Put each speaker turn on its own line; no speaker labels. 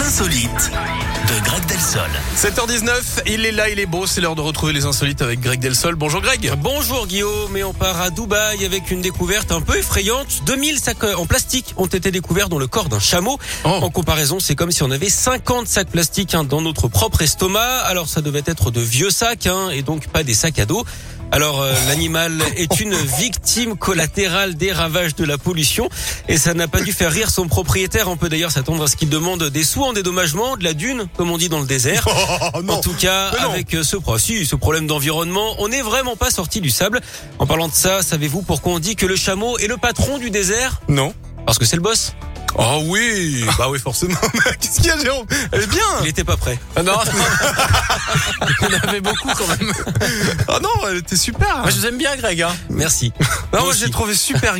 insolites de Greg Delsol.
7h19, il est là, il est beau, c'est l'heure de retrouver les insolites avec Greg Delsol. Bonjour Greg.
Bonjour Guillaume, et on part à Dubaï avec une découverte un peu effrayante. 2000 sacs en plastique ont été découverts dans le corps d'un chameau.
Oh.
En comparaison, c'est comme si on avait 50 sacs plastiques hein, dans notre propre estomac. Alors ça devait être de vieux sacs hein, et donc pas des sacs à dos. Alors euh,
Oh.
l'animal est une victime collatérale des ravages de la pollution et ça n'a pas dû faire rire son propriétaire. On peut d'ailleurs s'attendre à ce qu'il demande des sous en dédommagement, de la dune comme on dit dans le désert.
Oh
En tout cas,
Mais non.
avec euh, ce, pro- si, ce problème d'environnement, on n'est vraiment pas sorti du sable. En parlant de ça, savez-vous pourquoi on dit que le chameau est le patron du désert
Non.
Parce que c'est le boss.
Ah
Oh oui, bah oui forcément. Qu'est-ce qu'il y a Jérôme Elle est bien.
Il était pas prêt.
Ah non,
Il y en avait beaucoup quand même.
ah non, elle était super.
Moi, je vous aime bien, Greg. Hein.
Merci.
Non,
Moi
moi
aussi.
j'ai trouvé super